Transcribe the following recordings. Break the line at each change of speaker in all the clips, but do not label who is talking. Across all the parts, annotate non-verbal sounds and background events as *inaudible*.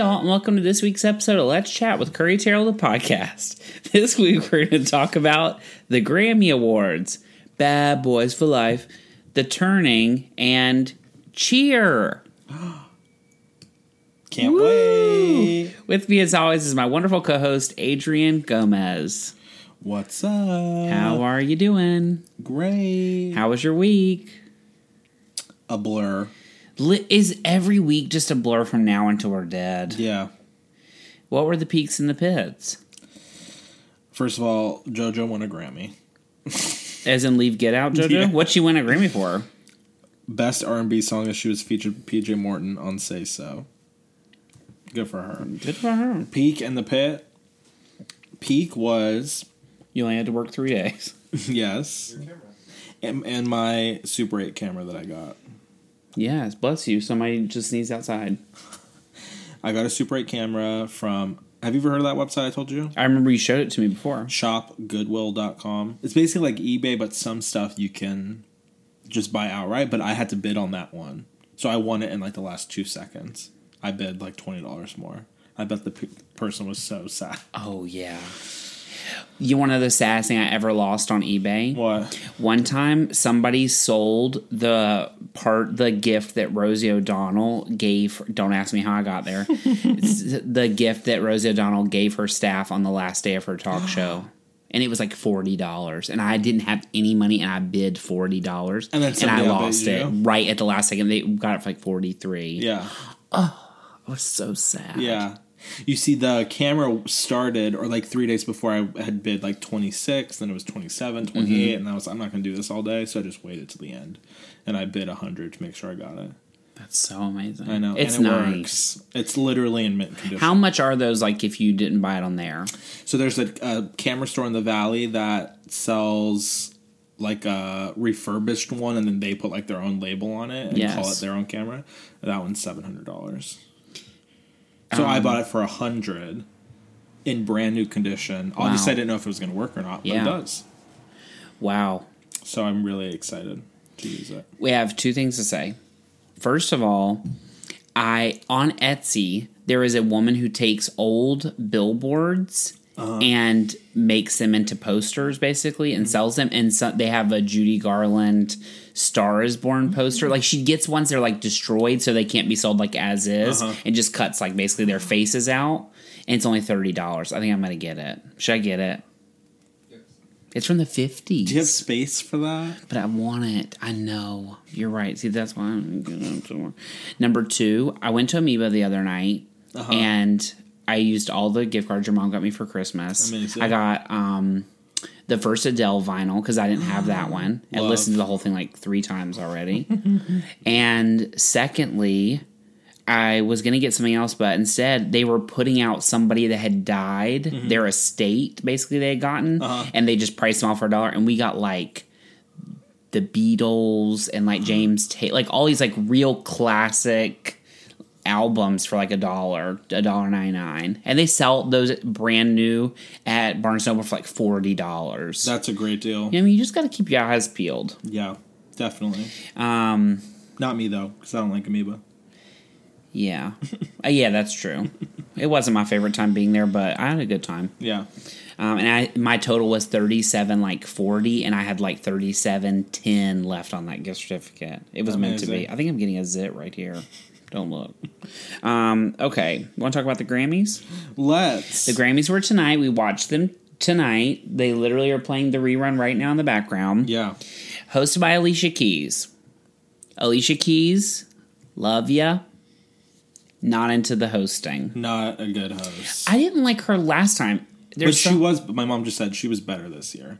all, and welcome to this week's episode of Let's Chat with Curry Terrell, the podcast. *laughs* This week, we're going to talk about the Grammy Awards, Bad Boys for Life, The Turning, and Cheer.
Can't wait.
With me, as always, is my wonderful co host, Adrian Gomez.
What's up?
How are you doing?
Great.
How was your week?
A blur.
Li- Is every week just a blur from now until we're dead?
Yeah.
What were the peaks and the pits?
First of all, JoJo won a Grammy.
As in, leave Get Out, *laughs* JoJo?
Yeah.
What'd she win a Grammy for?
Best R&B song as she was featured PJ Morton on Say So. Good for her.
Good for her.
Peak and the Pit. Peak was
You only had to work three days.
yes. And, and my Super 8 camera that I got.
Yes, bless you. Somebody just sneezed outside.
I got a Super 8 camera from Have you ever heard of that website I told you?
I remember you showed it to me before.
shopgoodwill.com. It's basically like eBay, but some stuff you can just buy outright. But I had to bid on that one, so I won it in like the last two seconds. I bid like twenty dollars more. I bet the pe- person was so sad.
Oh, yeah. You want to know the saddest thing I ever lost on eBay?
What?
One time, somebody sold the part, the gift that Rosie O'Donnell gave. Don't ask me how I got *laughs* there. It's the gift that Rosie O'Donnell gave her staff on the last day of her *gasps* talk show. And it was like forty dollars, and I didn't have any money, and I bid forty dollars,
And then
I
somebody outbid
lost it
you?
right at the last second. They got it for like forty three.
Yeah,
I was so sad.
yeah. You see, the camera started, or like three days before, I had bid like 26, then it was
Mm-hmm.
27, 28, and I was, I'm not going to do this all day, so I just waited till the end. And I bid 100 to make sure I got it.
that's so amazing.
I know.
it's
and it
nice.
works. It's literally in mint condition.
How much are those? Like, if you didn't buy it on there,
So there's a, a camera store in the valley that sells like a refurbished one, and then they put like their own label on it and call it
Yes.
their own camera. That one's seven hundred dollars. So I bought it for a hundred in brand new condition. Obviously,
Wow.
I didn't know if it was going to work or not, but
Yeah.
it does.
wow.
So I'm really excited to use it.
we have two things to say. First of all, I on Etsy there is a woman who takes old billboards and makes them into posters basically and sells them and so, they have a Judy Garland Star is Born poster. Like she gets ones that are like destroyed so they can't be sold like as is and just cuts like basically their faces out and it's only $30. I think I'm going to get it. Should I get it? It's from the 50s.
Do you have space for that?
But I want it. I know. You're right. See, that's why I'm going to more. Number two, I went to Amoeba the other night
Uh-huh.
and I used all the gift cards your mom got me for Christmas.
Amazing.
I got um, the first Adele vinyl because I didn't
*gasps*
have that one. I
Love.
listened to the whole thing like three times already. *laughs* and secondly, I was going to get something else, but instead they were putting out somebody that had died, their estate basically they had gotten, and they just priced them off for a dollar. And we got like the Beatles and like James Tate, like all these like real classic albums for like a dollar, a dollar ninety nine, and they sell those brand new at Barnes Noble for like forty dollars.
That's a great deal.
I mean, you just got to keep your eyes peeled.
yeah definitely.
Um,
Not me though, because I don't like amoeba.
yeah, Uh, yeah, that's true. It wasn't my favorite time being there, but I had a good time.
Yeah.
Um, and I my total was thirty seven like forty, and I had like thirty seven ten left on that gift certificate. It was meant to be.
Amazing.
I think I'm getting a zit right here. Don't look. Um, okay, want to talk about the Grammys?
Let's.
The Grammys were tonight. We watched them tonight. They literally are playing the rerun right now in the background.
yeah.
Hosted by Alicia Keys. Alicia Keys, love ya. Not into the hosting.
Not a good host.
I didn't like her last time.
But
There's
she
some-
was. My mom just said she was better this year.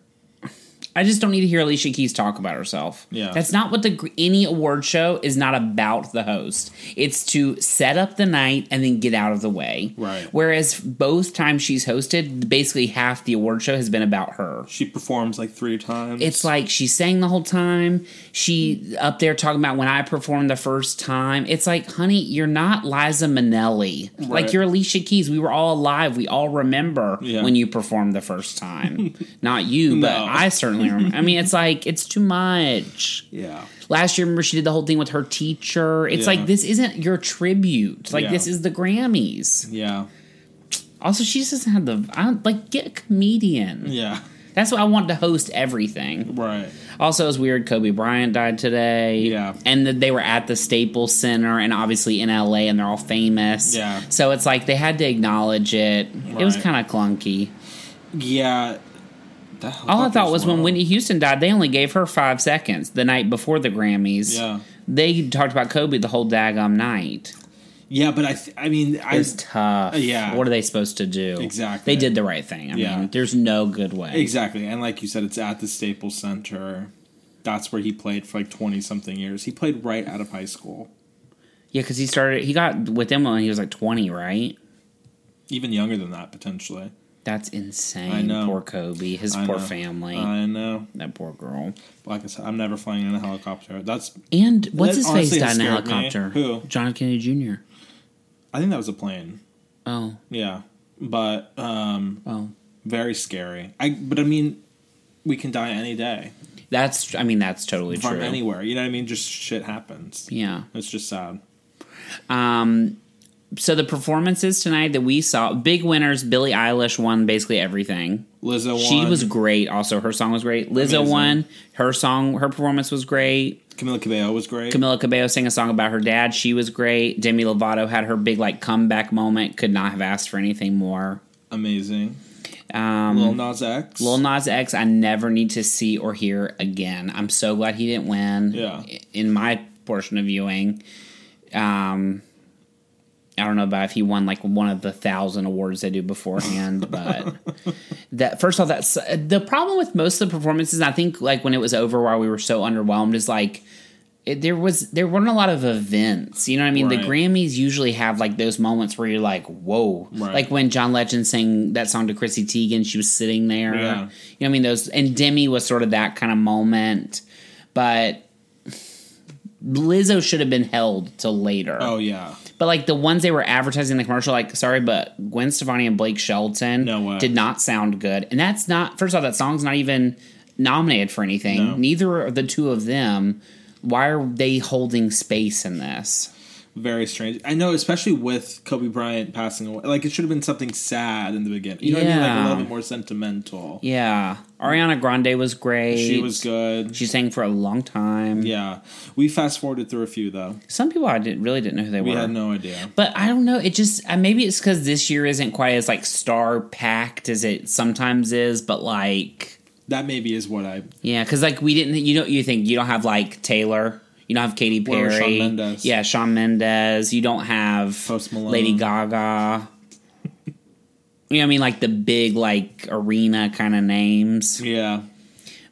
I just don't need to hear Alicia Keys talk about herself.
Yeah.
that's not what the gr- any award show is not about. The host, it's to set up the night and then get out of the way.
Right.
Whereas both times she's hosted, basically half the award show has been about her.
She performs like three times.
It's like she sang the whole time. She up there talking about when I performed the first time. It's like, honey, you're not Liza Minnelli. Like
Right.
you're Alicia Keys. We were all alive. We all remember
Yeah. *laughs*
when you performed the first time. not you, but
No.
I certainly only remember. I mean, it's like it's too much.
Yeah.
Last year, remember she did the whole thing with her teacher. It's
Yeah.
like this isn't your tribute. Like
Yeah.
this is the Grammys.
Yeah.
Also, she just doesn't have the. I don't, like get a comedian.
Yeah.
That's why I want to host everything.
Right.
Also, it was weird. Kobe Bryant died today.
Yeah.
And that they were at the Staples Center and obviously in LA and they're all famous.
Yeah.
So it's like they had to acknowledge it. It was
Right.
kind of clunky.
Yeah. That
All I thought
helicopter's
was when
wild.
Whitney Houston died, they only gave her five seconds the night before the Grammys.
Yeah.
They talked about Kobe the whole daggum night.
Yeah, but I. Th- I mean, I.
It was tough.
Uh, yeah.
What are they supposed to do?
Exactly.
They did the right thing. I
Yeah.
mean, there's no good way.
Exactly. And like you said, it's at the Staples Center. That's where he played for like 20 something years. He played right out of high school.
Yeah, because he started, he got with them when he was like 20, right?
Even younger than that, potentially.
That's insane.
I know.
Poor Kobe, his
I
poor
know.
family,
I know.
that poor girl.
Like I said, I'm never flying in a helicopter. That's.
And what's
That
his face
honestly
died in a
scared me.
helicopter?
Who?
John F. Kennedy Jr.
I think that was a plane.
Oh,
Yeah. But um
oh.
very scary. I. But I mean, we can die any day
That's, I mean, that's totally
from
true.
anywhere. You know what I mean? Just shit happens.
yeah.
It's just sad.
Um, so the performances tonight that we saw, big winners. Billie Eilish won basically everything.
Lizzo won.
She was great. Also, her song was great. Lizzo
Amazing.
won. Her song, her performance was great.
Camila Cabello was great.
Camila Cabello sang a song about her dad. She was great. Demi Lovato had her big like comeback moment. Could not have asked for anything more.
Amazing.
Um,
Lil Nas X.
Lil Nas X, I never need to see or hear again. I'm so glad he didn't win.
Yeah.
In my portion of viewing, um, I don't know about if he won like one of the thousand awards they
*laughs*
do beforehand, but that first off, that's the problem with most of the performances. I think like when it was over, why we were so underwhelmed is like. It, there was there weren't a lot of events, you know what I mean. The
Right.
Grammys usually have like those moments where you're like, "Whoa!"
Right.
Like when John Legend sang that song to Chrissy Teigen, she was sitting there.
Yeah.
You know what I mean? Those and Demi was sort of that kind of moment, but Lizzo should have been held till later.
Oh yeah.
But like the ones they were advertising in the commercial, like sorry, but Gwen Stefani and Blake Shelton
No way.
did not sound good. And that's not first of all, that song's not even nominated for anything.
No.
Neither are the two of them. Why are they holding space in this?
very strange. I know, especially with Kobe Bryant passing away. Like it should have been something sad in the beginning. You know what I mean? Like
Yeah.
a little bit more sentimental.
Yeah. Ariana Grande was great.
She was good.
She sang for a long time.
Yeah, we fast forwarded through a few though.
Some people I didn't really didn't know who they
We
were.
had no idea.
But I don't know. It just uh, maybe it's because this year isn't quite as like star packed as it sometimes is. But like,
That maybe is what I.
yeah, because like we didn't. You don't. You think you don't have like Taylor. You don't have Katy
Or Shawn
Perry.
Mendes.
Yeah, Shawn Mendes. You don't have
Post Malone.
Lady Gaga. you know, what I mean, like the big like arena kind of names.
Yeah.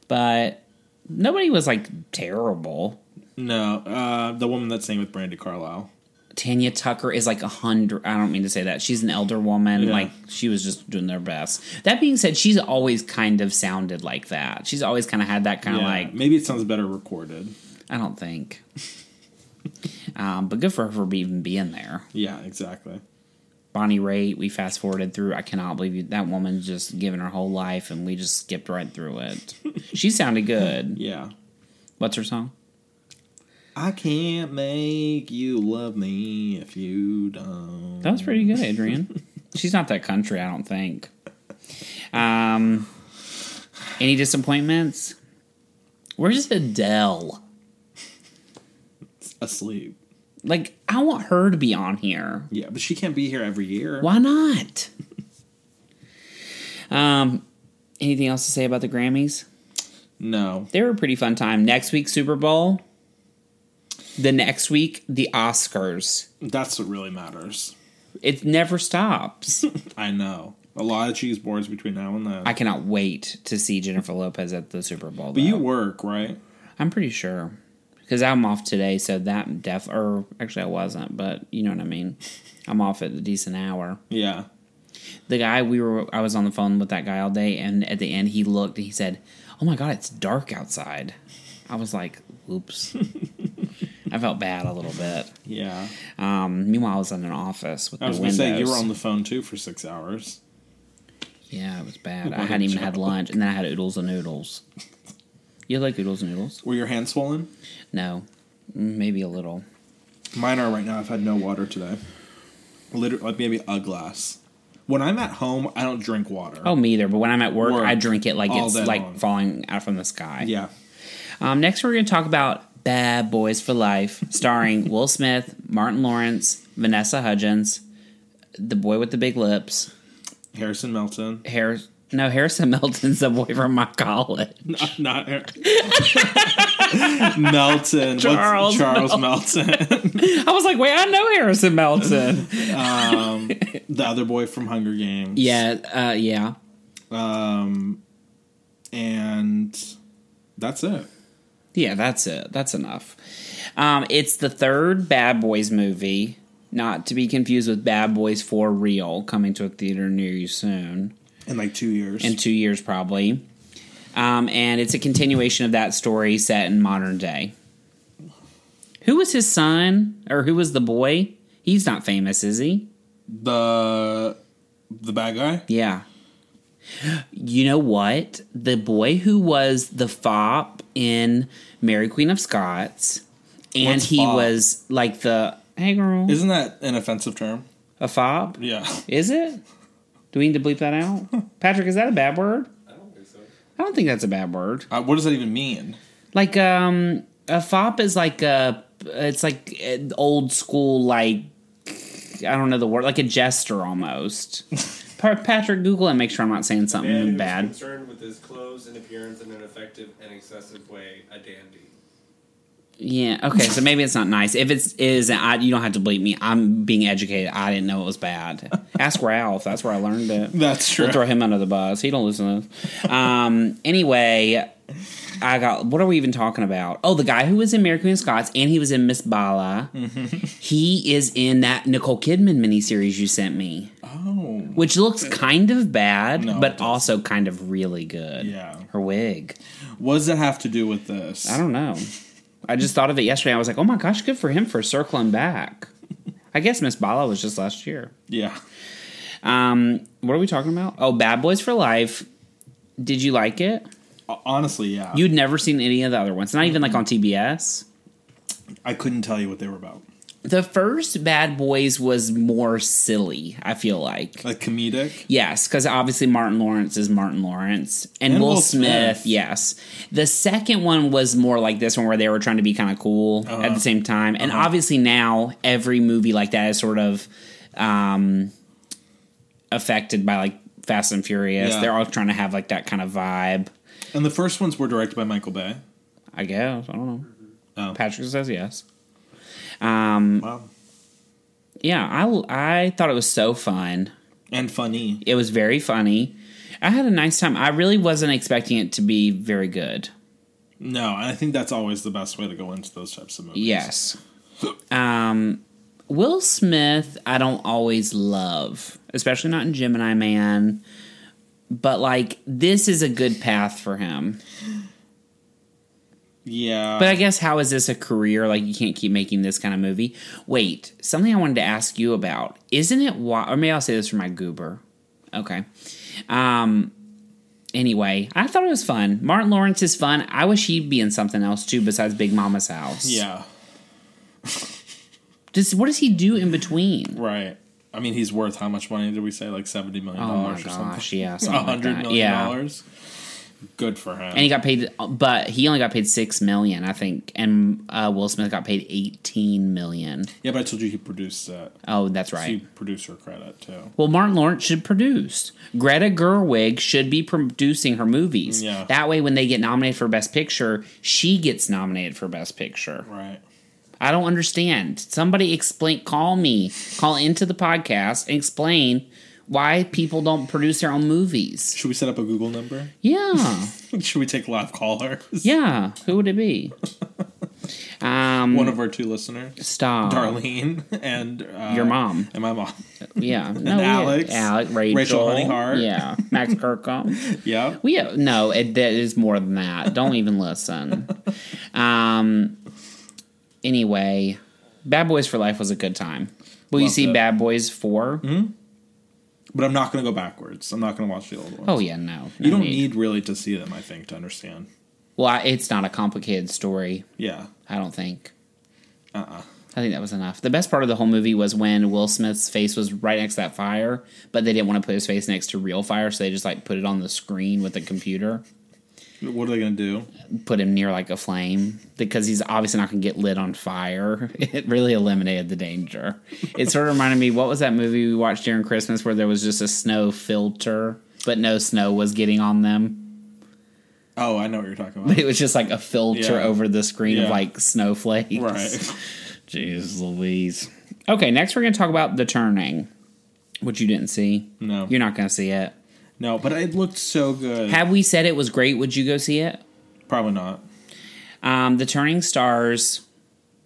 But nobody was like terrible.
No. Uh, the woman that sang with Brandy Carlisle.
Tanya Tucker is like a hundred. I don't mean to say that. She's an elder woman.
Yeah.
Like she was just doing their best. That being said, she's always kind of sounded like that. She's always kind of had that kind
Yeah.
of like.
maybe it sounds better recorded.
I don't think. *laughs* um, but good for her for be- even being there.
Yeah. Exactly.
Bonnie Raitt, we fast forwarded through. I cannot believe you. That woman's just given her whole life, and we just skipped right through
*laughs*
it. she sounded good.
Yeah.
What's her song?
I can't make you love me if you don't.
That was pretty good, Adrian. She's not that country, I don't think. Um, any disappointments? Where's Adele?
asleep.
Like, I want her to be on here.
Yeah, but she can't be here every year.
Why not? Um, anything else to say about the Grammys?
No.
They were a pretty fun time. Next week, Super Bowl. The next week, the Oscars.
That's what really matters.
It never stops.
I know. A lot of cheese boards between now and then.
I cannot wait to see Jennifer Lopez at the Super Bowl.
but you
though.
work, right?
I'm pretty sure because I'm off today, so that def or actually I wasn't, but you know what I mean. I'm off at a decent hour.
Yeah.
The guy we were, I was on the phone with that guy all day, and at the end he looked and he said, "Oh my god, it's dark outside." I was like, "Oops." *laughs* I felt bad a little bit.
Yeah.
Um, meanwhile, I was in an office with
I was
no
going to
windows.
say, you were on the phone too for six hours.
yeah, it was bad. I
What a
hadn't even had
joke.
lunch, and then I had oodles and noodles. You like oodles and noodles?
Were your hands swollen?
No, Mm, maybe a little.
Mine are right now. I've had no water today. Literally, like maybe a glass. When I'm at home, I don't drink water.
Oh, me either. But when I'm at work,
Work.
I drink it like
All
it's
day
like
long.
falling out from the sky.
Yeah.
Um, next, we're going to talk about Bad Boys for Life,
*laughs*
starring Will Smith, Martin Lawrence, Vanessa Hudgens, the boy with the big lips,
Harrison Melton.
Har No, Harrison Melton's the boy from my
*laughs*
college.
Not, not Har- Melton. What's-
Charles
Charles *laughs* Melton.
I was like, wait, I know Harrison Melton.
the other boy from Hunger Games.
yeah, uh, yeah.
Um, and that's it.
Yeah, that's it. That's enough. Um, it's the third Bad Boys movie, not to be confused with Bad Boys for Real, coming to a theater near you soon.
In like two years.
in two years probably. Um, and it's a continuation of that story set in modern day. Who was his son, or who was the boy? He's not famous, is he?
the the bad guy.
Yeah. You know what? The boy who was the fop in Mary Queen of Scots, and
What's
he
fop?
was like the hey girl,
Isn't that an offensive term?
a fop.
Yeah. *laughs*
Is it? Do we need to bleep that out, Patrick? Is that a bad word?
I don't think so.
I don't think that's a bad word.
Uh, what does that even mean?
Like um a fop is like a it's like an old school like I don't know the word like a jester almost. Pa- Patrick, Google and make sure I'm not saying something
Man who's
Mm, bad.
concerned with his clothes and appearance in an effective and excessive way, a dandy.
Yeah. Okay. So maybe it's not nice. If it's is, I, you don't have to believe me. I'm being educated. I didn't know it was bad. Ask Ralph. That's where I learned it.
That's true.
We'll throw him under the bus. He don't listen to us. Um, anyway, I got. What are we even talking about? Oh, the guy who was in Mary Queen of Scots and he was in Miss Bala. He is in that Nicole Kidman miniseries you sent me,
oh.
which looks kind of bad,
No, it
but
doesn't.
also kind of really good.
Yeah.
her wig.
What does that have to do with this?
I don't know. I just thought of it yesterday. I was like, oh my gosh, good for him for circling back. I guess Miss Bala was just last year.
Yeah.
Um, what are we talking about? Oh, Bad Boys for Life. Did you like it?
O- Honestly, yeah.
You'd never seen any of the other ones, not even like on TBS.
I couldn't tell you what they were about.
The first Bad Boys was more silly, I feel like.
Like comedic.
Yes, because obviously Martin Lawrence is Martin Lawrence and, Will, Smith, Yes, the second one was more like this one where they were trying to be kind of cool at the same time, and obviously now every movie like that is sort of um, affected by like Fast and Furious.
Yeah.
They're all trying to have like that kind of vibe.
And the first ones were directed by Michael Bay.
I guess I don't know.
Oh.
Patrick says yes. Um,
Wow.
yeah, I I thought it was so fun.
And funny.
It was very funny. I had a nice time. I really wasn't expecting it to be very good.
No, and I think that's always the best way to go into those types of movies.
Yes. Um, Will Smith, I don't always love, especially not in Gemini Man. But like, this is a good path for him.
Yeah.
But I guess how is this a career? Like you can't keep making this kind of movie. Wait, something I wanted to ask you about. Isn't it why? Or maybe I'll say this for my goober. Okay. Um. Anyway, I thought it was fun. Martin Lawrence is fun. I wish he'd be in something else too besides Big Mama's House.
yeah.
Just what does he do in between?
Right. I mean, he's worth how much money did we say? Like $70 million
Oh my
or something?
gosh!
*laughs*
Yeah,
A
something like
hundred
that.
million
Yeah.
dollars. Good for him.
And he got paid, but he only got paid six million, I think. And uh, Will Smith got paid eighteen million.
yeah, but I told you he produced it.
Oh, that's right.
He producer credit too.
Well, Martin Lawrence should produce. Greta Gerwig should be producing her movies.
Yeah.
That way, when they get nominated for Best Picture, she gets nominated for Best Picture.
Right.
I don't understand. Somebody explain, call me, call into the podcast and explain why people don't produce their own movies.
Should we set up a Google number? *laughs*
Yeah.
Should we take live callers?
yeah. Who would it be? Um,
One of our two listeners,
stop.
Darlene and uh,
Your mom.
and my mom. *laughs*
Yeah. No, we-
Alex.
Alec, Rachel.
Rachel Honeyhart.
Yeah. Max Kirkham.
yeah.
We have, no, it, that is more than that. Don't
*laughs*
even listen. Um. Anyway, Bad Boys for Life was a good time. Will you
Loved
see
it. Hmm?
Bad Boys 4
But I'm not going to go backwards. I'm not going to watch the old ones.
Oh yeah, no, no
you don't
need.
need really to see them, I think, to understand.
Well, I, it's not a complicated story,
Yeah.
I don't think.
Uh uh
I think that was enough. The best part of the whole movie was when Will Smith's face was right next to that fire, but they didn't want to put his face next to real fire, so they just like put it on the screen with the computer,
What are they going to do?
put him near like a flame because he's obviously not going to get lit on fire. *laughs* It really eliminated the danger. It sort of reminded me what was that movie we watched during Christmas where there was just a snow filter, but no snow was getting on them. *laughs*
Oh, I know what you're talking
But *laughs*
about.
it was just like a filter
Yeah.
over the screen of
Yeah.
like snowflakes.
right.
*laughs* Jeez Louise. Okay, next we're going to talk about The Turning, which you didn't see.
No.
You're not going to see it.
No, but it looked so good.
Had we said it was great, would you go see it?
Probably not.
Um, the Turning stars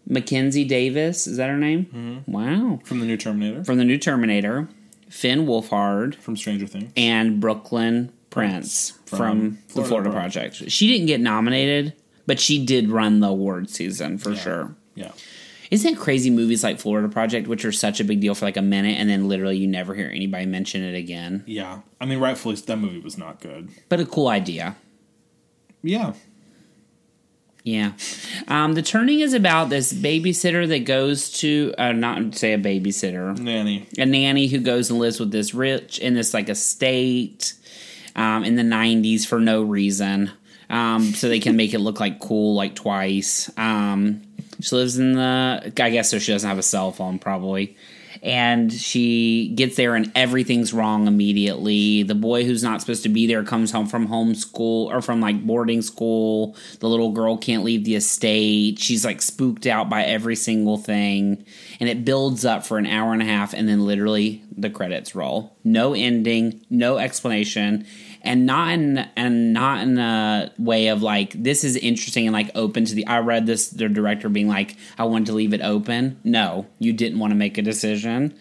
Mackenzie Davis. Is that her name? Wow.
From the new Terminator?
From the new Terminator, Finn Wolfhard,
From Stranger Things?
and Brooklyn Prince from,
From
the
Florida
Florida
Pro-
Project. She didn't get nominated, but she did run the award season for sure.
Yeah.
Isn't it crazy movies like Florida Project, which are such a big deal for like a minute, and then literally you never hear anybody mention it again?
Yeah. I mean, rightfully, that movie was not good.
But a cool idea.
Yeah.
Yeah. Um, the Turning is about this babysitter that goes to, uh, not say a babysitter,
Nanny.
a nanny who goes and lives with this rich in this like estate um, in the 90s for no reason. Um, so they can make it look like cool like twice. Um, she lives in the, I guess so she doesn't have a cell phone probably. And she gets there and everything's wrong immediately. The boy who's not supposed to be there comes home from homeschool or from like boarding school. The little girl can't leave the estate. She's like spooked out by every single thing. And it builds up for an hour and a half and then literally the credits roll. No ending, no explanation. And not in and not in a way of like this is interesting and like open to the I read this the director being like, I wanted to leave it open. No, you didn't want to make a decision.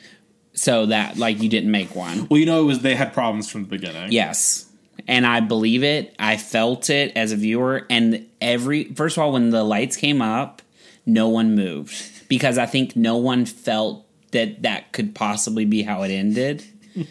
So that like you didn't make one.
Well, you know, it was they had problems from the beginning.
Yes. And I believe it. I felt it as a viewer. And every, first of all, when the lights came up, no one moved because I think no one felt that that could possibly be how it ended. *laughs*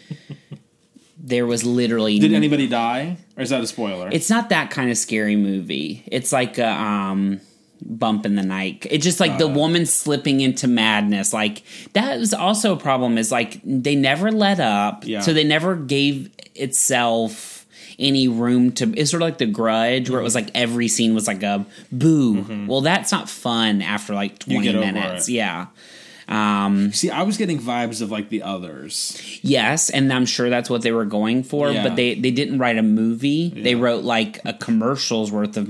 there was literally.
Did anybody die? Or is that a spoiler?
it's not that kind of scary movie. It's like a, um, bump in the night. It's just like the woman slipping into madness. Like that was also a problem. Is like they never let up,
Yeah.
so they never gave itself any room to. It's sort of like the Grudge, where it was like every scene was like a boo. Well, that's not fun after like twenty
Mm-hmm. get over
minutes.
it.
Yeah. Um,
See, I was getting vibes of like the others.
Yes, and I'm sure that's what they were going for,
Yeah.
but they they didn't write a movie. They wrote like a commercial's worth of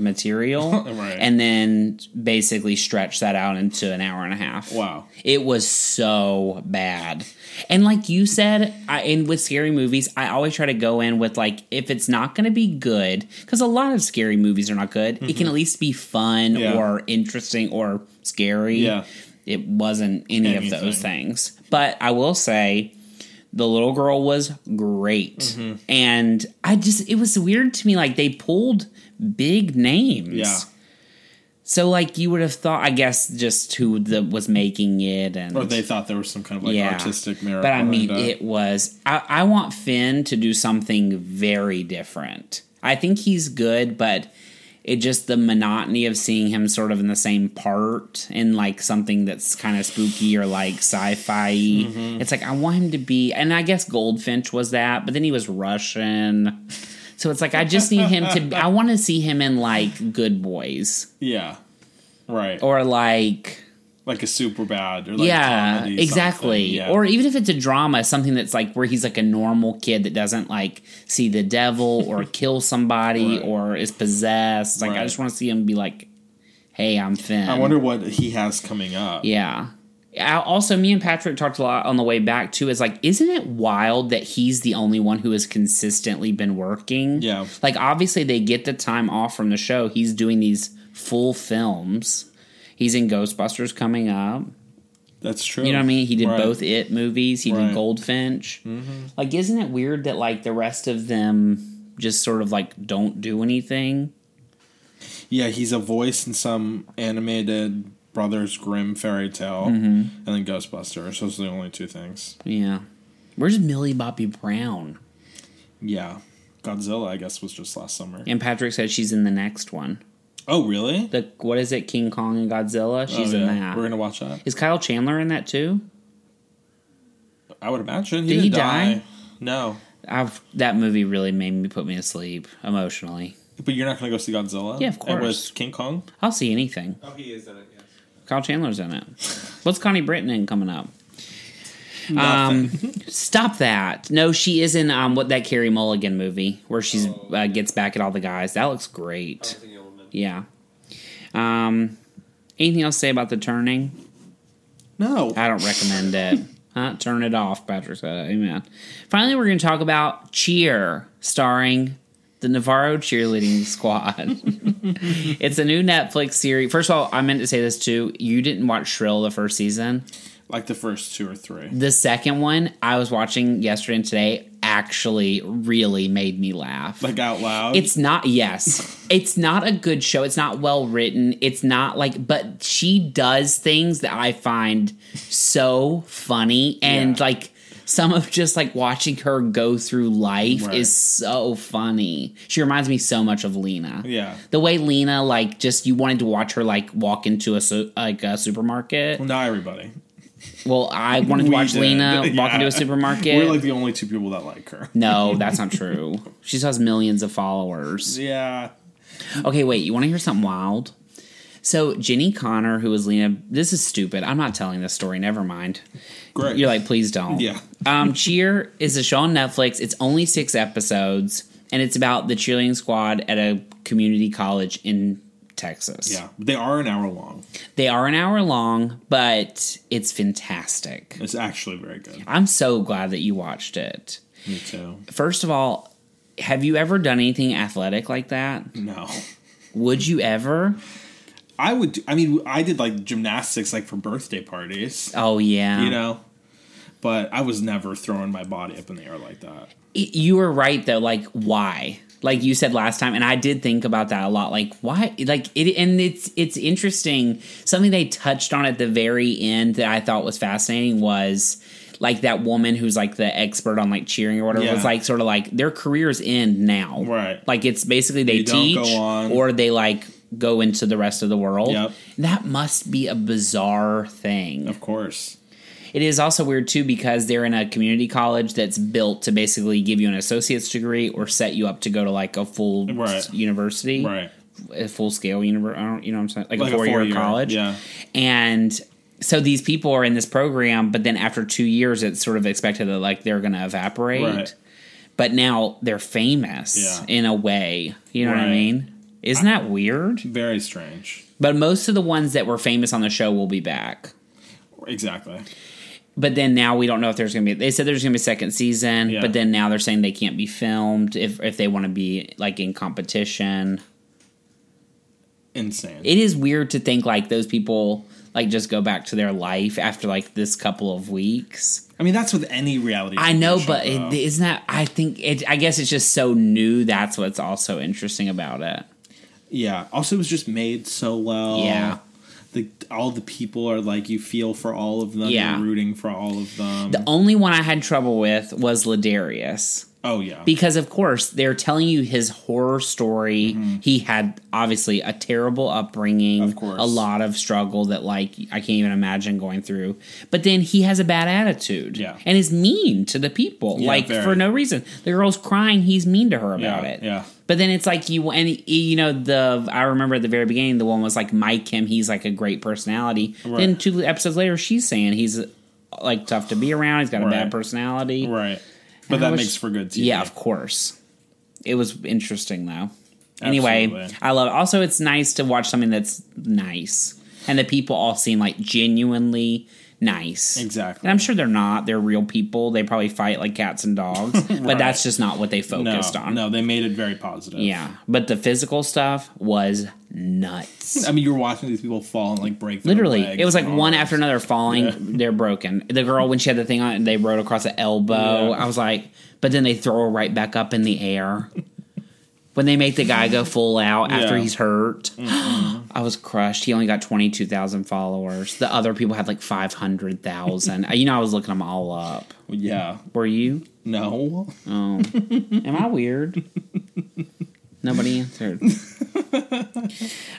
*laughs*
material
Right.
and then basically stretched that out into an hour and a half.
Wow.
It was so bad. And like you said, I, and with scary movies, I always try to go in with like, if it's not going to be good, because a lot of scary movies are not good, it can at least be fun
Mm-hmm. Yeah.
or interesting or scary.
Yeah.
It wasn't any of those things. But I will say, the little girl was great.
Mm-hmm.
And I just, it was weird to me. Like, they pulled big names.
Yeah.
So, like, you would have thought, I guess, just who the, was making it. And
Or they thought there was some kind of like artistic miracle.
But I mean,
and, uh,
it was. I, I want Finn to do something very different. I think he's good, but it just the monotony of seeing him sort of in the same part in like something that's kind of spooky or like sci-fi.
Mm-hmm.
It's like I want him to be, and I guess Goldfinch was that, but then he was Russian. So it's like I just need him to. I want to see him in like Good Boys
Yeah. Right. Or
or like
like a super bad or like
yeah,
comedy,
exactly.
something. Yeah.
Or even if it's a drama, something that's like where he's like a normal kid that doesn't like see the devil
*laughs*
or kill somebody
Right.
or is possessed. Like I
Right.
just want to see him be like, "Hey, I'm Finn."
I wonder what he has coming up.
Yeah. I- Also, me and Patrick talked a lot on the way back too. Is like, isn't it wild that he's the only one who has consistently been working?
Yeah.
Like, obviously, they get the time off from the show. He's doing these full films. He's in Ghostbusters coming up.
That's true.
You know what I mean? He did
Right.
both It movies. He did
Right. Mm-hmm.
Goldfinch. Like, isn't it weird that like the rest of them just sort of like don't do anything?
Yeah, he's a voice in some animated Brothers Grimm fairy tale,
Mm-hmm.
and then Ghostbusters. Those are the only two things.
Yeah. Where's Millie Bobby Brown?
Yeah, Godzilla, I guess, was just last summer.
And Patrick said she's in the next one.
Oh, really?
The what is it? King Kong and Godzilla. She's
Oh,
in
yeah.
that.
We're gonna watch that.
Is Kyle Chandler in that too?
I would imagine.
Did
didn't
he die?
No,
I've, that movie really made me put me to sleep emotionally.
but you're not gonna go see Godzilla.
Yeah, of
It
course.
was King Kong.
I'll see anything.
Oh, he is in it. Yes.
Kyle Chandler's in it. What's Connie Britton in coming up? Um,
Nothing.
stop that. No, she is in um what that Carrie Mulligan movie where she's uh, gets back at all the guys. That looks
I was
great.
thinking Element.
Yeah. Um, anything else to say about the turning?
no.
I don't recommend it. Huh? Turn it off, Patrick said. Amen. Finally, we're going to talk about Cheer, starring the Navarro cheerleading *laughs* squad. it's a new Netflix series. First of all, I meant to say this too. You didn't watch Shrill the first season.
like the first two or three.
The second one I was watching yesterday and today actually really made me laugh.
Like out loud.
It's
*laughs*
not yes. It's not a good show. It's not well written. It's not like but she does things that I find so funny and
Yeah.
like some of just like watching her go through life
Right.
is so funny. She reminds me so much of Lena.
yeah.
The way Lena like just you wanted to watch her like walk into a su- like a supermarket.
Well, not everybody.
Well, I wanted to
We
watch
did.
Lena walk
Yeah. *laughs*
into a supermarket.
We're like the only two people that like her.
no, that's not true.
*laughs*
She has millions of followers.
Yeah.
Okay, wait. You want to hear something wild? So Jenny Connor, who is Lena, this is stupid. I'm not telling this story. Never mind.
Great.
You're like, please don't.
Yeah.
Um, Cheer is a show on Netflix. It's only six episodes, and it's about the cheerleading squad at a community college in Texas.
Yeah. They are an hour long.
They are an hour long, but it's fantastic.
It's actually very good.
I'm so glad that you watched it.
Me too.
First of all, have you ever done anything athletic like that?
No.
Would you ever?
I would. do- I mean, I did like gymnastics, like for birthday parties,
Oh yeah.
you know. But I was never throwing my body up in the air like that.
it- you were right though like why like you said last time and i did think about that a lot like why like it and it's it's interesting something they touched on at the very end that i thought was fascinating was like that woman who's like the expert on like cheering or whatever
Yeah.
was like sort of like their careers end now
Right.
like it's basically they
You don't
teach
go on.
or they like go into the rest of the world
Yep.
that must be a bizarre thing
Of course.
it is also weird too because they're in a community college that's built to basically give you an associate's degree or set you up to go to like a full
Right.
university,
Right.
a full scale university. I don't, you know what I'm saying? Like,
Like
a
a
four year
four-year,
college.
yeah.
And so these people are in this program, but then after two years, it's sort of expected that like they're going to evaporate.
Right.
But now they're famous
Yeah.
in a way. You know what I
Right.
mean? Isn't that weird?
Very strange.
But most of the ones that were famous on the show will be back.
Exactly.
But then now we don't know if there's going to be. They said there's going to be a second season,
Yeah.
but then now they're saying they can't be filmed if if they want to be like in competition.
Insane.
It is weird to think like those people like just go back to their life after like this couple of weeks.
I mean, that's with any reality.
I know,
TV show,
but it,
though.
isn't that? I think it. I guess it's just so new. That's what's also interesting about it.
yeah. Also, it was just made so well.
Yeah.
The, all the people are like you feel for all of them.
Yeah.
You're rooting for all of them.
The only one I had trouble with was Ladarius.
oh yeah.
because of course they're telling you his horror story he had obviously a terrible upbringing
Mm-hmm. Of course.
a lot of struggle that like i can't even imagine going through but then he has a bad attitude
Yeah.
and is mean to the people
Yeah,
like
very.
for no reason the girl's crying he's mean to her about
Yeah,
it
yeah.
but then it's like you and you know the i remember at the very beginning the one was like mike him he's like a great personality
Right.
then two episodes later she's saying he's like tough to be around he's got a bad
Right.
personality
right. But
And I
that
was-
makes for good TV.
yeah, of course. It was interesting though. Anyway,
Absolutely.
I love. Also, it's nice to watch something that's nice, and the people all seem like genuinely nice.
Exactly.
And I'm sure they're not. They're real people. They probably fight like cats
*laughs*
and dogs, but that's just not what they
No,
focused on.
no, they made it very positive.
Yeah, but the physical stuff was nuts.
I mean, you're watching these people fall and like break. Their
Literally,
legs
it was like
and
one
arms.
after another falling. *laughs* They're broken. The girl when she had the thing on, and they rode across the elbow.
Yeah.
I was like, but then they throw her right back up in the air. when they make the guy go full out
*laughs*
after
Yeah. Mm-hmm.
he's hurt, I was crushed. He only got twenty two thousand followers. The other people had like five
*laughs*
hundred thousand. you know, I was looking them all up.
Yeah.
Were you?
No. *laughs*
Oh, am I weird? Nobody answered.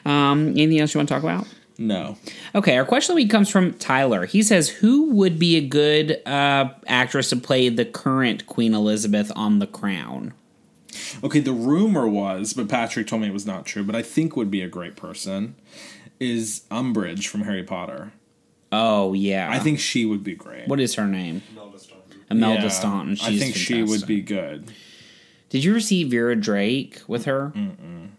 Um, anything else you want to talk about?
No.
Okay, our question of the week comes from Tyler. He says, "Who would be a good uh, actress to play the current Queen Elizabeth on The Crown?"
Okay, the rumor was, but Patrick told me it was not true, but I think would be a great person is Umbridge from Harry Potter.
Oh yeah,
I think she would be great.
What is her name?
Imelda Staunton.
Imelda
Yeah,
Staunton. She's
I think she would
fantastic.
be good.
Did you ever see Vera Drake with her? Mm-mm.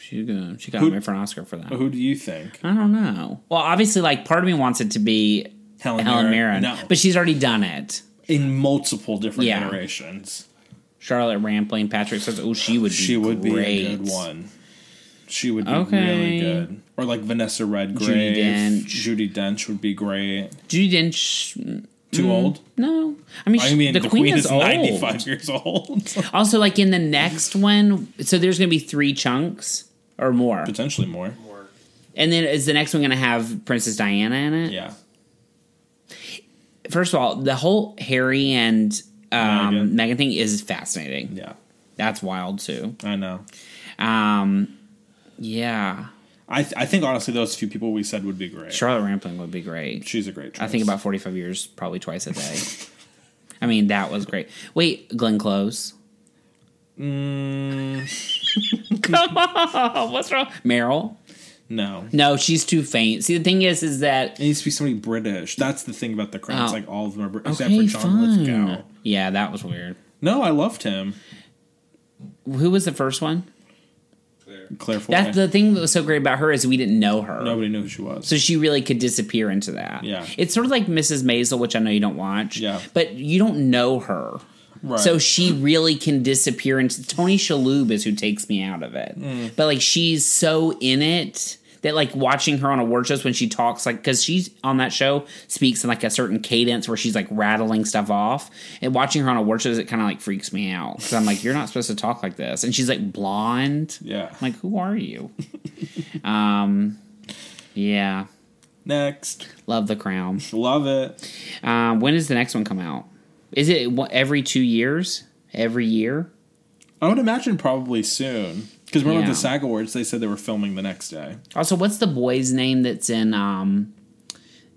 She uh, she got
Who-
me for an Oscar for that.
Who do you think?
I don't know. Well, obviously, like part of me wants it to be
Helen,
Helen Mirren,
Mirren. No.
but she's already done it.
in multiple different
Yeah.
iterations.
Charlotte Ram playing Patrick says, "Oh, she would be
She would
great.
be a good one. She would be
Okay.
really good. Or like Vanessa Redgrave.
Judi Dench.
Judi Dench would be great.
Judi Dench. mm,
Too old?
No, I mean,
I mean,
the, queen, is, old.
95 years old. *laughs*
Also, like in the next one, so there's going to be three chunks or more,
Potentially more.
More.
and then is the next one going to have Princess Diana in it?
Yeah.
First of all, the whole Harry and um,
Meghan.
Megan thing is fascinating.
Yeah.
That's wild too.
I know.
Um, yeah,
I, th- I think honestly, those few people we said would be great.
Charlotte Rampling would be great.
She's a great choice.
I think about 45 years, probably twice a day. I mean, that was great. Wait, Glenn Close.
Mm,
*laughs* Come on, what's wrong? Meryl?
no.
No, she's too faint. See, the thing is, is that
It needs to be somebody British. That's the thing about the crown. It's
Oh.
like all of them are British, except for
okay,
John Lithgow.
fine. Yeah, that was weird.
No, I loved him.
Who was the first one?
Clear.
Claire Foy.
That's the thing that was so great about her is we didn't know her,
Nobody knew who she was.
so she really could disappear into that.
Yeah.
it's sort of like Mrs. Maisel, which I know you don't watch.
Yeah.
but you don't know her.
right.
So she really can disappear into Tony Shalhoub is who takes me out of it. But like she's so in it that like watching her on a word shows when she talks like because she's on that show speaks in like a certain cadence where she's like rattling stuff off and watching her on a word shows it kind of like freaks me out because I'm like you're not supposed to talk like this and she's like blonde
yeah.
I'm like who are you um yeah
Next.
love the crown
Love it.
um when does the next one come out is it what, every two years every year
I would imagine probably soon. Because remember
Yeah.
the SAG Awards, they said they were filming the next day.
Also, what's the boy's name that's in um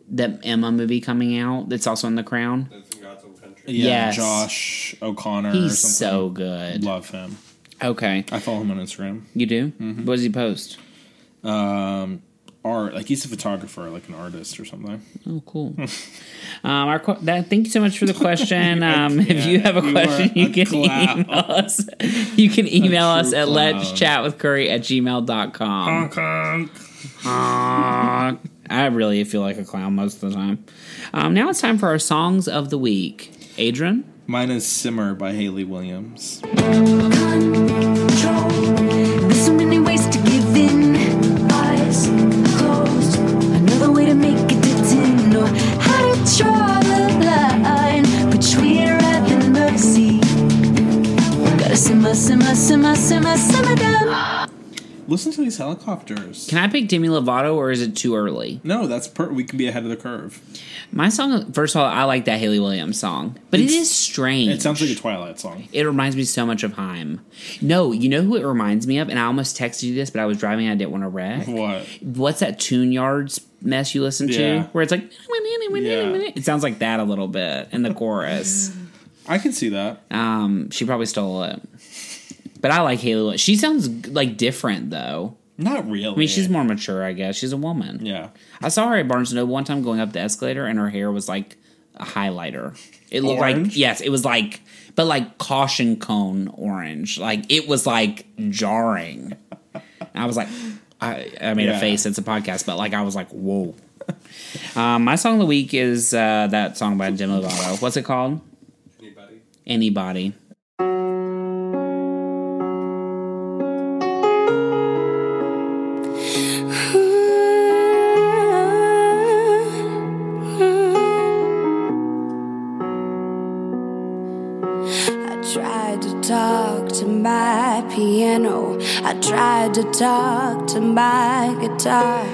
that Emma movie coming out that's also in The Crown?
That's in God's own country.
Yeah,
Yes.
Josh O'Connor. or
He's
Uh, something.
so good.
Love him.
Okay,
I follow him on Instagram.
you do.
Mm-hmm.
What does he post?
Um, art. Like he's a photographer, like an artist or something.
Oh, cool. *laughs* um, our que- that, thank you so much for
*laughs*
the question. Um, if you have a
You
question,
are
you
a
can
clown.
email us. You can email us
true
at let's
clown.
chat with curry at gmail.com. I really feel like a clown most of the time. Um, now it's time for our songs of the week. Adrian?
Mine is Simmer by Haley Williams.
control. There's so many ways to give in. Eyes closed. Another way to make it to ten. Or how to draw the line between wrath and mercy. Gotta simmer, simmer, simmer, simmer, simmer down.
Listen to these helicopters.
Can I pick Demi Lovato or is it too early?
No, that's per. We can be ahead of the curve.
My song, first of all, I like that Haley Williams song, but it
It's-
is strange.
It sounds like a Twilight song.
It reminds me so much of Heim. No, you know who it reminds me of? And I almost texted you this, but I was driving and I didn't want to wreck.
What?
What's that Tune Yards mess you listen
Yeah.
to? Where it's like,
Yeah.
it sounds like that a little bit in
*laughs*
the chorus.
I can see that.
Um, she probably stole it. But I like Haley. Wil- She sounds like different though.
Not really.
I mean, she's more mature, I guess. She's a woman.
Yeah.
I saw her at Barnes and Noble one time going up the escalator, and her hair was like a highlighter. It looked like
Orange?
yes, it was like but like caution cone orange. Like it was like jarring. And I was like, I, I made a
Yeah.
face. It's a podcast, but like I was like, whoa. um, my song of the week is uh, that song by Demi Lovato. What's it called?
Anybody?
Anybody.
I tried to talk to my piano. I tried to talk to my guitar.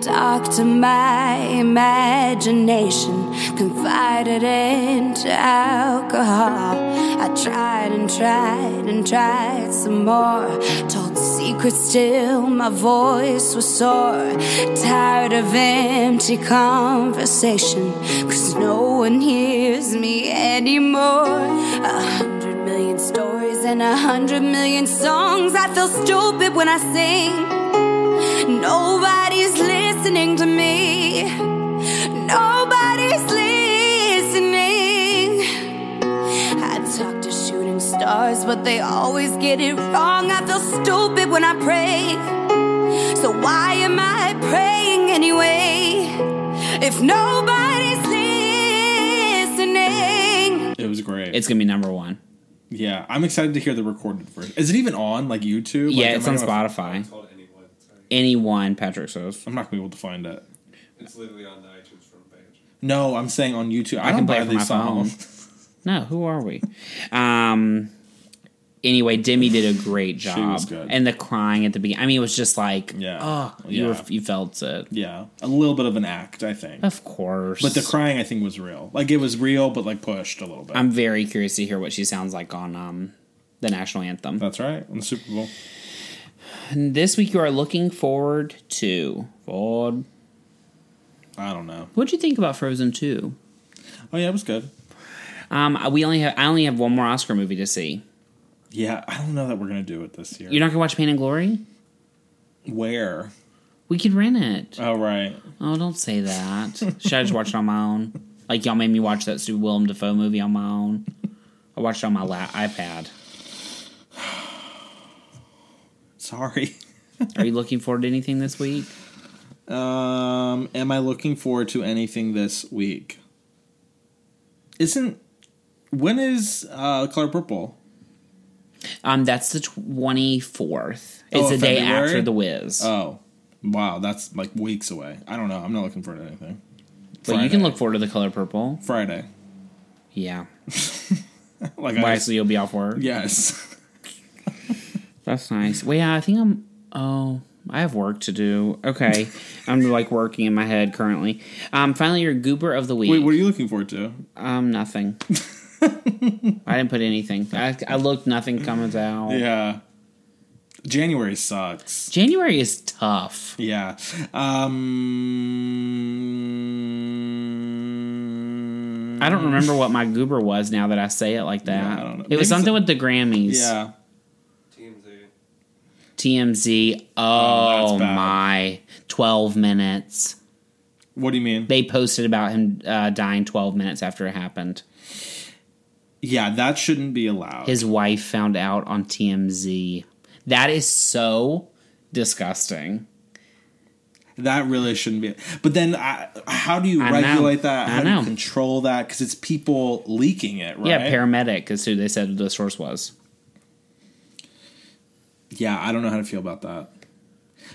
Talk to my imagination. confided into alcohol. I tried and tried and tried some more. Told secrets still, my voice was sore. Tired of empty conversation, cause no one hears me anymore. A hundred million stories and a hundred million songs. I feel stupid when I sing. Nobody's listening to me. Nobody's listening. I talk to shooting stars, but they always get it wrong. I feel stupid when I pray. So why am I praying anyway? If nobody's listening.
It was great.
It's gonna be number one.
yeah, I'm excited to hear the recorded version. Is it even on like YouTube? Like,
yeah,
am
it's
I
on
gonna-
Spotify.
Called anyone. Sorry.
Anyone, Patrick says.
I'm not gonna be able to find it.
It's literally on the iTunes front page.
No, I'm saying on YouTube. I, don't
can play
buy
it from
these
my phone.
songs.
No, who are we? Um. Anyway, Demi did a great job,
was good.
and the crying at the beginning. I mean, it was just like,
Yeah.
oh, you were,
Yeah.
you felt it.
*laughs* Yeah, a little bit of an act, I think.
Of course,
But the crying, I think, was real. Like it was real, but like pushed a little bit.
I'm very curious to hear what she sounds like on um the national anthem.
That's right on the Super Bowl.
And this week you are looking forward to. Forward.
I don't know.
What'd you think about Frozen Two?
Oh yeah, it was good.
Um, we only have I only have one more Oscar movie to see.
Yeah, I don't know that we're gonna do it this year.
You're not gonna watch Pain and Glory?
Where?
We could rent it.
Oh right.
Oh, don't say that. Should I just watch it on my own? Like y'all made me watch that stupid Willem Dafoe movie on my own. I watched it on my la- iPad.
Sorry. *laughs*
Are you looking forward to anything this week?
Um, am I looking forward to anything this week? Isn't when is uh Color Purple?
Um, that's the twenty fourth.
Oh,
It's the day
February?
after the Wiz.
Oh, wow, that's like weeks away. I don't know. I'm not looking forward to anything.
but you can
Friday.
look forward to the color purple.
Friday. *laughs*
Yeah.
Like
Why?
I
So you'll be off work.
yes.
That's nice. Well, yeah, I think I'm. Oh, I have work to do. Okay,
*laughs*
I'm like working in my head currently. Um, finally, your goober of the
*laughs*
week.
Wait, what are you looking forward to?
um, nothing.
*laughs*
I didn't put anything. I, I looked. Nothing comes out.
Yeah. January sucks.
January is tough.
Yeah. Um
I don't remember what my goober was now that I say it like that.
I don't know.
It
Maybe
was something
some-
with the Grammys.
Yeah.
TMZ.
TMZ.
Oh,
Oh,
that's bad.
my. 12 minutes.
What do you mean?
They posted about him uh, dying 12 minutes after it happened.
Yeah, that shouldn't be allowed.
his wife found out on TMZ. That is so disgusting.
That really shouldn't be. But then, I, how do you
I know.
regulate that?
I
How do
know.
you control that? Because it's people leaking it, right?
Yeah, paramedic is who they said the source was.
yeah, I don't know how to feel about that.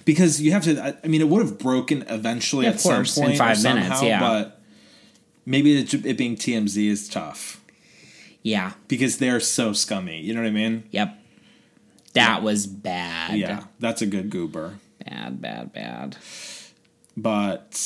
Because you have to. I, I mean, it would have broken eventually
Yeah, of
at some
course, in
point or
five
somehow,
minutes, yeah.
But maybe it, it being TMZ is tough
Yeah.
because they're so scummy. You know what I mean?
Yep. That was bad.
Yeah, that's a good goober.
Bad, bad, bad.
But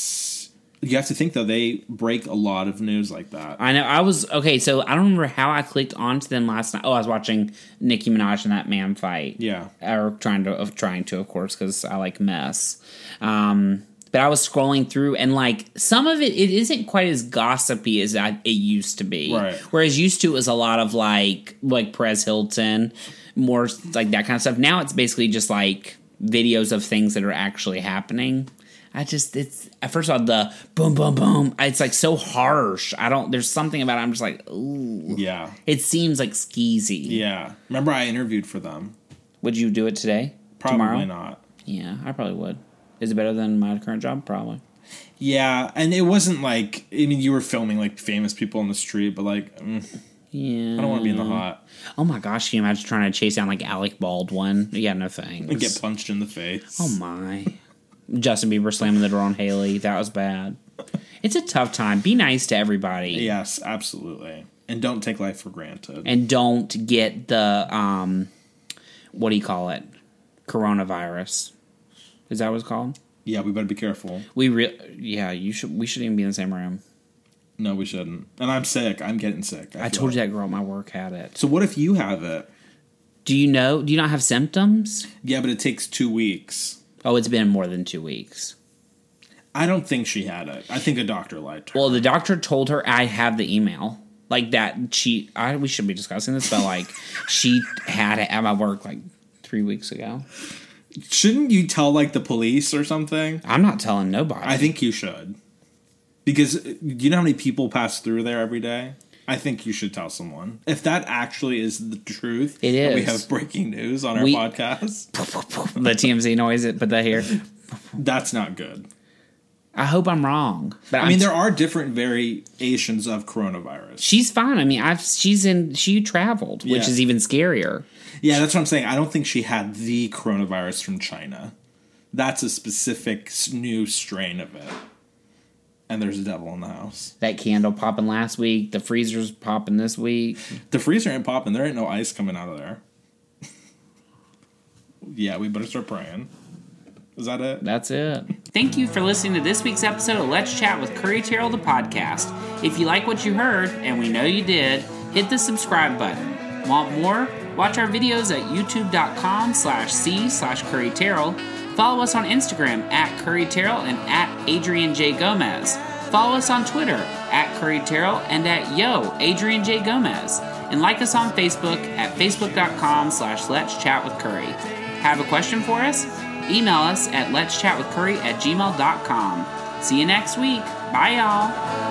you have to think though they break a lot of news like that.
I know. I was okay. So I don't remember how I clicked onto them last night. Oh, I was watching Nicki Minaj and that man fight.
yeah,
or trying to of trying to of course because i like mess um but i was scrolling through and like some of it it isn't quite as gossipy as I, it used to be
Right.
whereas used to it was a lot of like like perez hilton more like that kind of stuff now it's basically just like videos of things that are actually happening I just it's at first of all the boom boom boom it's like so harsh. I don't there's something about it I'm just like ooh
yeah,
it seems like skeezy.
yeah. Remember, I interviewed for them.
Would you do it today?
Probably
Tomorrow?
not.
Yeah, I probably would. Is it better than my current job? Probably.
Yeah, and it wasn't like I mean you were filming like famous people on the street, but like mm,
Yeah.
I don't want to be in the hot
Oh my gosh, can you imagine trying to chase down like Alec Baldwin? Yeah, no
and get
thanks.
punched in the face.
oh my. Justin Bieber slamming the door on Haley. That was bad. It's a tough time. Be nice to everybody.
Yes, absolutely. And don't take life for granted.
And don't get the um what do you call it? Coronavirus. Is that what it's called?
yeah, we better be careful.
We re- yeah, you should we shouldn't even be in the same room.
No, we shouldn't. And I'm sick. I'm getting sick.
I told you that girl at my work had it.
So what if you have it?
Do you know? Do you not have symptoms?
Yeah, but it takes two weeks.
Oh, it's been more than two weeks.
I don't think she had it. I think a doctor lied to her.
Well, the doctor told her I have the email. Like that, she. I we should be discussing this, but like *laughs* she had it at my work like three weeks ago.
Shouldn't you tell like the police or something?
I'm not telling nobody.
I think you should. Because uh, do you know how many people pass through there every day? I think you should tell someone. If that actually is the truth,
It
and we
is.
have breaking news on our
We-
podcast.
the TMZ noise. It put that here.
That's not good.
I hope I'm wrong, but
I mean, there are different variations of coronavirus.
She's fine. I mean, I've she's in. She traveled, which
Yeah.
is even scarier.
Yeah, that's what I'm saying. I don't think she had the coronavirus from China. That's a specific s- new strain of it. And there's a devil in the house.
That candle popping last week. The freezer's popping this week.
The freezer ain't popping. There ain't no ice coming out of there. *laughs* yeah, we better start praying. Is that it?
That's it. Thank you for listening to this week's episode of Let's Chat with Curry Terrell, the podcast. If you like what you heard, and we know you did, hit the subscribe button. Want more? Watch our videos at youtube.com slash C slash Curry Terrell. Follow us on Instagram at Curry Terrell and at Adrian J. Gomez. Follow us on Twitter at Curry Terrell and at Yo, Adrian J. Gomez. And like us on Facebook at facebook.com slash Let's Chat with Curry. Have a question for us? Email us at let's chat with curry at gmail.com. See you next week. Bye, y'all.